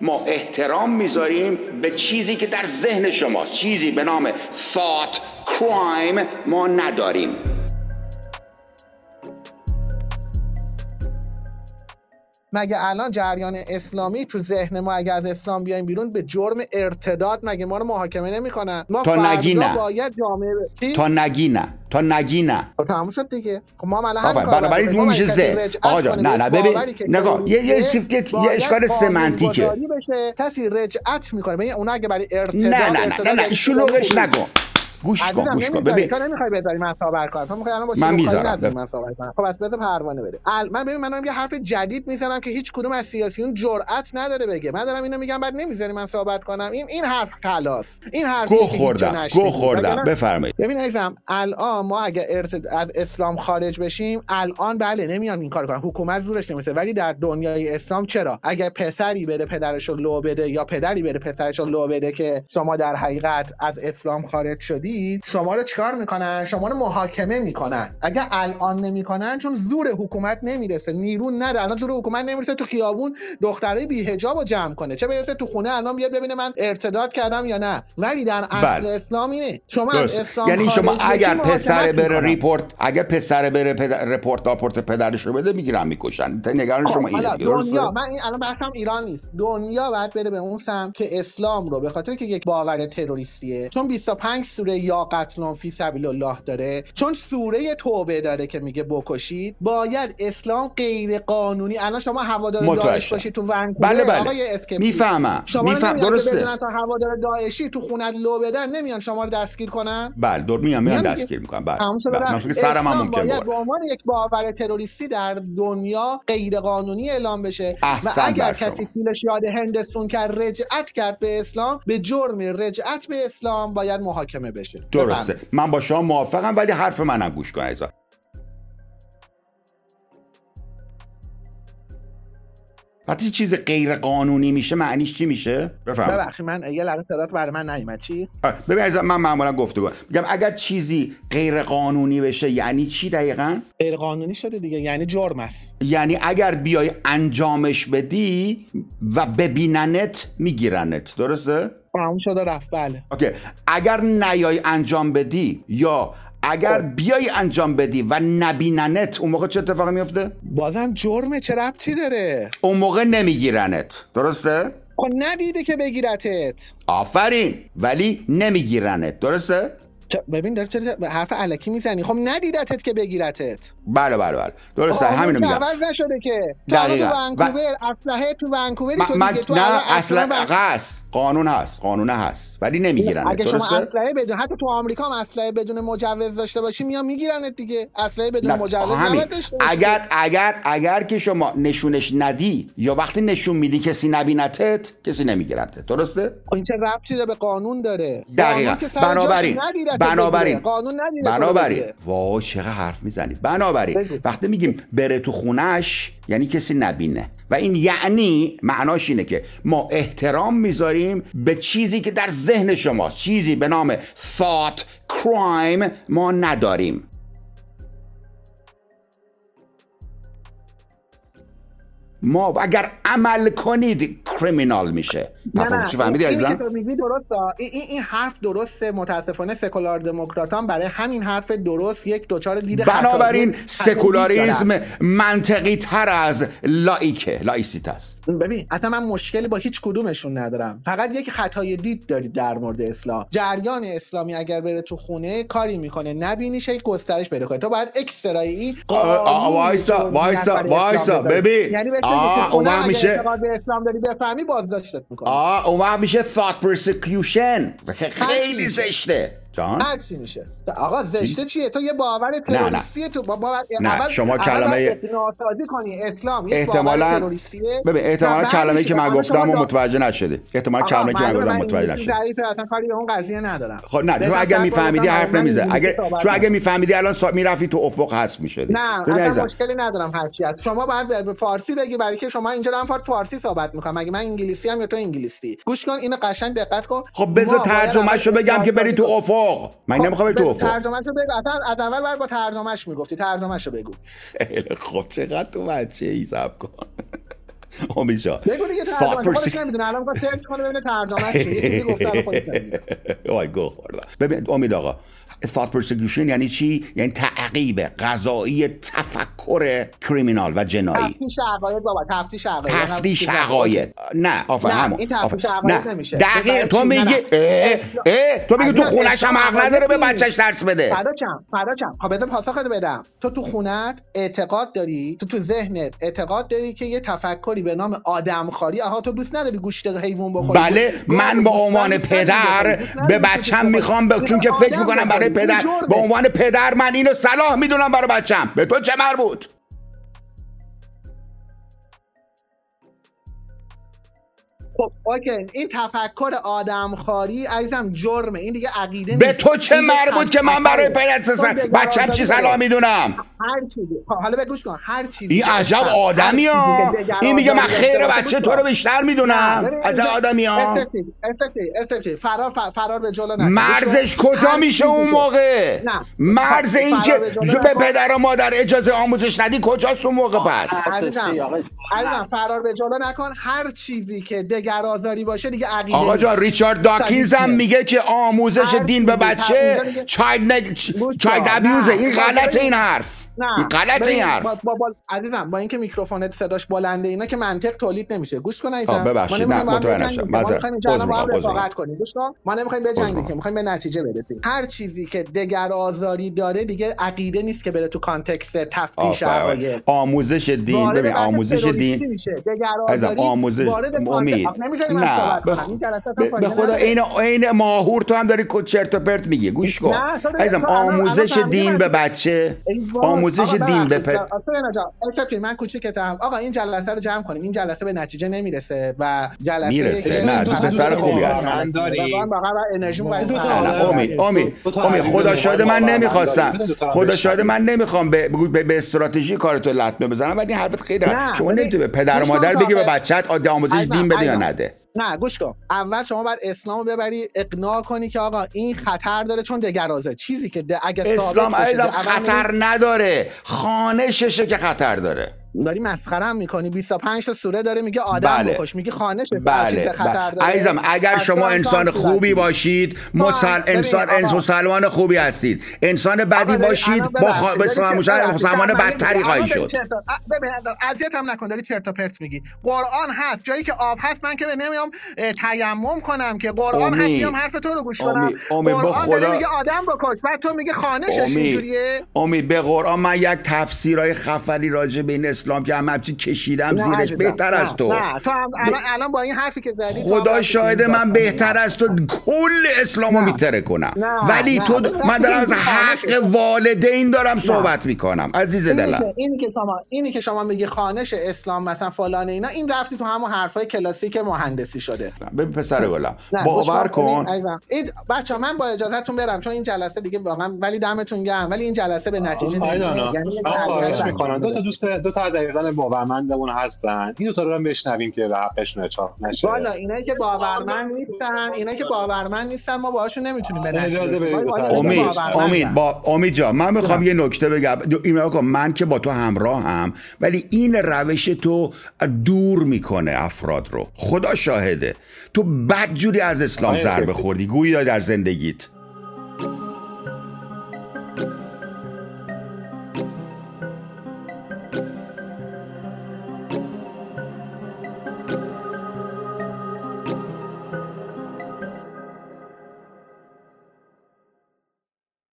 ما احترام میذاریم به چیزی که در ذهن شماست چیزی به نام thought crime ما نداریم مگه الان جریان اسلامی تو ذهن ما اگه از اسلام بیایم بیرون به جرم ارتداد مگه ما رو محاکمه نمیکنن ما تا فردا نگی نه. باید جامعه ب- چی؟ تا نگی نه تا نگی نه خب تموم شد دیگه خب ما هم الان همین آفرین. کار بنابراین باید اون میشه کنیم. ما باید ذهن. کسی آقا رجعت جان، کنه نه، به نه، ببین. باوری که نگاه. یه- کلیسه، یه سیفت- یه باید اشکال قانون سمنتیکه. گذاری بشه کسی رجعت میکنه ببین اونا اگه برای ارتداد نه نه نه ارتداد نه نه یعنی شلوغش خروج. نکن گوش کن عزیزم گوش کن نمیذاری ببین تو نمیخوای بذاری من صحبت کنم تو میخوای الان با من شیرین میذارم. نذاری من صحبت کنم خب پس بذار پروانه بده ال... من ببین من دارم یه حرف جدید میزنم که هیچ کدوم از سیاسیون جرئت نداره بگه من دارم اینو میگم بعد نمیذاری من صحبت کنم این این حرف خلاص این حرف گو خوردم گو خوردم بفرمایید ببین عزیزم الان ما اگه ارت... از اسلام خارج بشیم الان بله نمیان این کار کنن حکومت زورش نمیسه ولی در دنیای اسلام چرا اگه پسری بره پدرش رو لو بده یا پدری بره پسرش رو لو بده که شما در حقیقت از اسلام خارج شدید شما رو چیکار میکنن شما رو محاکمه میکنن اگه الان نمیکنن چون زور حکومت نمیرسه نیرون نداره الان زور حکومت نمیرسه تو خیابون دخترای بی‌حجاب رو جمع کنه چه برسه تو خونه الان بیاد ببینه من ارتداد کردم یا نه ولی در اصل بله. اسلام اینه شما از درست اسلام یعنی شما خارج اگر بشی، پسر محاکمت بره می‌کنن. ریپورت اگر پسر بره پدر رپورت آپورت پدرش رو بده میگیرن میکشن نگران خب، شما اینه حالا دیگه درسته دنیا من این الان بحثم ایران نیست دنیا باید بره به اون سمت که اسلام رو به خاطر که یک باور تروریستیه چون 25 سوره یا قتل فی سبیل الله داره چون سوره توبه داره که میگه بکشید باید اسلام غیر قانونی الان شما هوادار متوجه داعش شدم. باشی تو ونکوور بله آقای بله اسکپی میفهمم شما رو میفهم نمیان که درسته بدونن تا هوادار داعشی تو خونت لو بدن نمیان شما رو دستگیر کنن بله دور میام میام میان دیگه. دستگیر میکنم بله تمام شد و بله رفت. من فکر سرم هم اسلام ممکن باید بره به عنوان یک باور تروریستی در دنیا غیر قانونی اعلام بشه و احسن اگر بر شما. کسی کیلش یاد هندسون کرد رجعت کرد به اسلام به جرم رجعت به اسلام باید محاکمه بشه درسته بفرمایید. من با شما موافقم ولی حرف منم گوش کن عزیزم. وقتی چیز غیر قانونی میشه معنیش چی میشه بفهم ببخشید من یه لحظه صدات برای من نیومد چی ببین عزیزم، من معمولا گفته بودم میگم اگر چیزی غیر قانونی بشه یعنی چی دقیقا غیر قانونی شده دیگه یعنی جرم است یعنی اگر بیای انجامش بدی و ببیننت میگیرنت درسته تمام شد و رفت بله اوکی اگر نیای انجام بدی یا اگر خب. بیای انجام بدی و نبیننت اون موقع چه اتفاقی میفته بازم جرمه چه ربطی داره اون موقع نمیگیرنت درسته خب ندیده که بگیرتت آفرین ولی نمیگیرنت درسته چه- ببین داره چه حرف علکی میزنی خب ندیدتت که بگیرتت بله بله بله درسته قانون همینو که میگم عوض نشده که تو الان تو دقیقاً. ونکوور اسلحه تو ونکووری من, تو من- دیگه تو الان نه اصلا ون- هست قانون هست قانون هست ولی نمیگیرنت اگه شما درسته اسلحه بدون حتی تو آمریکا هم اسلحه بدون مجوز داشته باشی میان میگیرنت دیگه اسلحه بدون نه، مجوز همین. نباید داشته باشی اگر اگر اگر که شما نشونش ندی یا وقتی نشون میدی کسی نبینتت کسی نمیگیرنت درسته خب این چه ربطی داره به قانون داره دقیقا قانون که سر جاشه، بنابراین ندیرتت بگیره. بنابراین قانون ندیره تو رو بنابراین بگیره. وای چقدر حرف میزنی بنابراین بگو. وقتی میگیم بره تو خونش یعنی کسی نبینه و این یعنی معناش اینه که ما احترام میذاریم به چیزی که در ذهن شماست چیزی به نام thought crime ما نداریم ما اگر عمل کنید کریمینال میشه نه تفاوت نه چی فهمیدی اینی که عزیزم؟ تو میگی درسته این این این حرف درسته متاسفانه سکولار دموکراتان برای همین حرف درست یک دوچار دید خطایی بنابراین هنوز دید دارن. سکولاریزم منطقی تر از لایکه لایسیت است ببین اصلا من مشکلی با هیچ کدومشون ندارم فقط یک خطای دید دارید در مورد اسلام جریان اسلامی اگر بره تو خونه کاری میکنه نبینیش یک گسترش پیدا کنه تو باید اکسترایی آه، آه، وایسا، وایسا، وایسا، ببین. یعنی بهش بگی آه، که خونه اون اگر وقت میشه- اعتقاد به اسلام داری بفهمی بازداشتت میکنه آه اون وقت میشه thought persecution و که خیلی میشه. زشته جان هر چی میشه آقا زشته چیه تو یه باور نه. تروریستی تو با باور نه، اول- شما اول کلمه- باید اقناع سازی کنی اسلام یک باور احتمالا تروریستیه ببین و احتمالا بعدش کلمه که به من قول شما گفتم و دا- متوجه نشدی احتمالا آقا کلمه که من معلومه گفتم من متوجه انگلیسی نشدی ضعیفه اصلا کاری به اون قضیه ندارم خب نه بهتر چون اگه سعی کنم میفهمیدی مثلا حرف معمولا نمیزد انگلیسی اگه صحبت چون اگه کنم. میفهمیدی الان سا... میرفتی تو افق هست میشدی نه اصلا مشکلی ندارم هرچی هست شما باید به- به فارسی بگی برای که شما اینجا دارم فار- فارسی صحبت میکنم مگه من انگلیسی هم یا تو انگلیسی گوش کن اینو قشنگ دقت کن خب بذار ما باید ترجمهش رو اول بگم که بری تو خب، افق من نمیخوام بری تو بذار افق ترجمه‌ش رو بگو اصلا از اول باید با ترجمهش میگفتی ترجمهش رو بگو خیلی خب چقدر تو بچه ای سب کن امید جان بگو دیگه Thought ترجمه pers- خودش نمیدونه الان میخواد سرچ کنه ببینه ترجمه چیه یه چیزی گفته الان خودش نمی‌دونه. وای گو خورده ببین امید آقا thought persecution یعنی چی یعنی تعقیب قضایی تفکر کریمینال و جنایی تفتیش عقاید بابا یعنی تفتیش عقاید تفتیش عقاید نه آفر نه، همون این تفتیش آفرین. عقاید نه. نمیشه. دقیق ببخشید، تو نه، نه. میگی اه، اسلام- اه، تو میگی تو عزیزم، خونش هم حق اسلام نداره به عقاید. بچهش درس بده فدا چم فدا چم خب بذار پاسخت بدم تو تو خونت اعتقاد داری تو تو ذهنت اعتقاد داری که یه تفکری به نام آدمخواری آها تو دوست نداری گوشت حیوان بخوری بله دوست من نداری به گوشت عنوان دوست نداری بخوری. پدر دوست نداری به گوشت بچم بخوری. میخوام ب- میخوای چون که فکر آدم میکنم برای بخوری. پدر این جرمه. به عنوان پدر من اینو صلاح میدونم برای بچم به تو چه مربوط خب اوکی این تفکر آدمخواری عزیزم جرمه این دیگه عقیده به نیست. تو چه این یه مربوط که من برای تفکره. پدر خب، تو به بچم چی آزادی صلاح داری. میدونم هر چیزی خب، حالا بگوش کن هر چیزی این که عجب هر آدمی چیزی ها که دگران این میگه من داری داشته خیر باشه، بچه گوش تو کن. رو بیشتر میدونم ببین عجب اینجا آدمی ها استفتی، استفتی، استفتی. فرار ف- فرار به جلو نکن مرزش گوش کن. کجا هر میشه چیزی اون که- موقع نه. مرز خب، این فرار که به جلو جو به نکن. پدر و مادر اجازه آموزش ندی کجاست اون موقع پس عزیزم آقا، عزیزم فرار به جلو نکن هر چیزی که دگر آزاری باشه دیگه عقیده آقا جان نیست. ریچارد داکینز هم سلیسه. میگه که آموزش هر دین به چیزی، هر بچه اونجا میگه- چایلد نگ... گوش چایلد کن. ابیوزه نه. این با- غلطه ببین- این حرف این نه غلطه ببین، این حرف با, با, با عزیزم با اینکه میکروفونت صداش بلنده اینا که منطق تولید نمیشه گوش کن عزیزم آه، ببخشید. ما نمی‌خوایم نه، با هم متوجه بجنگیم نشدم. که. ما معذرت. می‌خوایم اینجا الان با هم عذر میخوام، عذر رفاقت کنیم گوش کن ما نمیخوایم عذر بجنگیم میخوام. که میخوایم به نتیجه برسیم هر چیزی که دگر آزاری داره دیگه عقیده نیست که بره تو کانتکست تفتیش آفرین. عقاید آموزش دین وارد ببین بحث آموزش تروریستی دین میشه دگر عزیزم آزاری آموزش وارد امید نمیذاری من نه صحبت به کنم این جلسه اصلا به- به فایده خدا نداره. عین عین ماهور تو هم داری کد چرت و پرت میگی گوش کن نه، تو بگو. عزیزم تو الان- الان آموزش فهمیدی دین من به چی- بچه ای وای. آموزش آقا دین به ببخشید. پد- آسفین آجا، اکسپتی، من کوچیکتم آقا این جلسه رو جمع کنیم این جلسه به نتیجه نمیرسه و جلسه میرسه. که نه، فقط پسر دوست خوبی دارم. هست. واقعا داری. واقعا انرژی برای دو تا نه، نه آدم امید امید دو تا امید عزیز خدا شاده من باورمنداری. نمیخواستم بذار دو تا خدا عزیز شاده شاده. من نمیخوام به, به, به استراتژی کارتو لطمه بزنم ولی این حرفت خیلی نه، شما ببین، نمیتونی به پدر و گوش کن مادر تا بگی به آخر. بچت عادی آموزش عزیزم، دین بده یا عزیزم. نده نه گوش کن اول شما بر اسلام رو ببری اقناع کنی که آقا این خطر داره چون دگرازه چیزی که د- اگه ثابت اسلام بشه عزیزم د- اول خطر نداره خانششه که خطر داره داری مسخره هم میکنی 25 تا سوره داره میگه آدم بله. بکش میگه خانه شفا چیز بله خطر بله. داره عزیزم اگر پس تو شما هم انسان کام خوبی صورت می‌گیری. باشید تو هم- مسل... ببین انسان انس آقا. مسلمان خوبی هستید انسان بدی آقا ببین، باشید الان با ببخشید، خا... با داری چرت و مسلمان پرت می‌گی. مسلمان شرمنده می‌کنی. بدتری الان خواهی داری شد چرت و- اه، ببین الان اذیت هم نکن داری چرت و پرت میگی قرآن هست جایی که آب هست من که نمیام اه، تیمم کنم که قرآن هست امید. میام حرف تو رو گوش کنم امید امید به قرآن داره خدا میگه آدم بکش بعد تو میگه خانشش امید اینجوریه امید به قرآن من یک تفسیرای خفری راجع به این اسلام که هم همچین کشیدم نه زیرش عزیزم بهتر از نه تو نه تو هم به- الان الان با این حرفی که زدی تو هم خدا باید بتونی شاهد ایجاد من کنی. بهتر از تو کل اسلامو نه. میتره کنم نه ولی نه تو ببین، من وقتی که دارم از میگی خانشش حق والدین دارم صحبت میکنم عزیز اینی دلم که اینی که شما اینی که شما میگی خانش اسلام مثلا فلان اینا این رفتی تو همون حرفای کلاسیک مهندسی شده ببین پسر گلم نه گوش باور کن ببین، عزیزم این بچه من با اجازهتون برم چون این جلسه دیگه واقعا ولی دمتون گرم ولی این جلسه به نتیجه نمیرسه آیدانا یعنی یه آره، من تغییر خواهش انجام میکنم دو تا بده دوست دو تا از عزیزان باورمندمون هستن این دو تا رو هم بشنویم که به حقشون چاپ نشه والا اینایی که باورمند نیستن اینایی که باورمند نیستن ما باهاشون نمیتونیم به آقا، نتیجه اجازه برسیم بدید ولی دو تا آدمایی که عزیزان امید امید باورمندن با امید جان من میخوام جونم. یه نکته بگم این آقا من که با تو همراه هم ولی این روش تو دور میکنه افراد رو خدا شاهده تو بدجوری از اسلام آقای ضربه سپید. خوردی گویا در زندگیت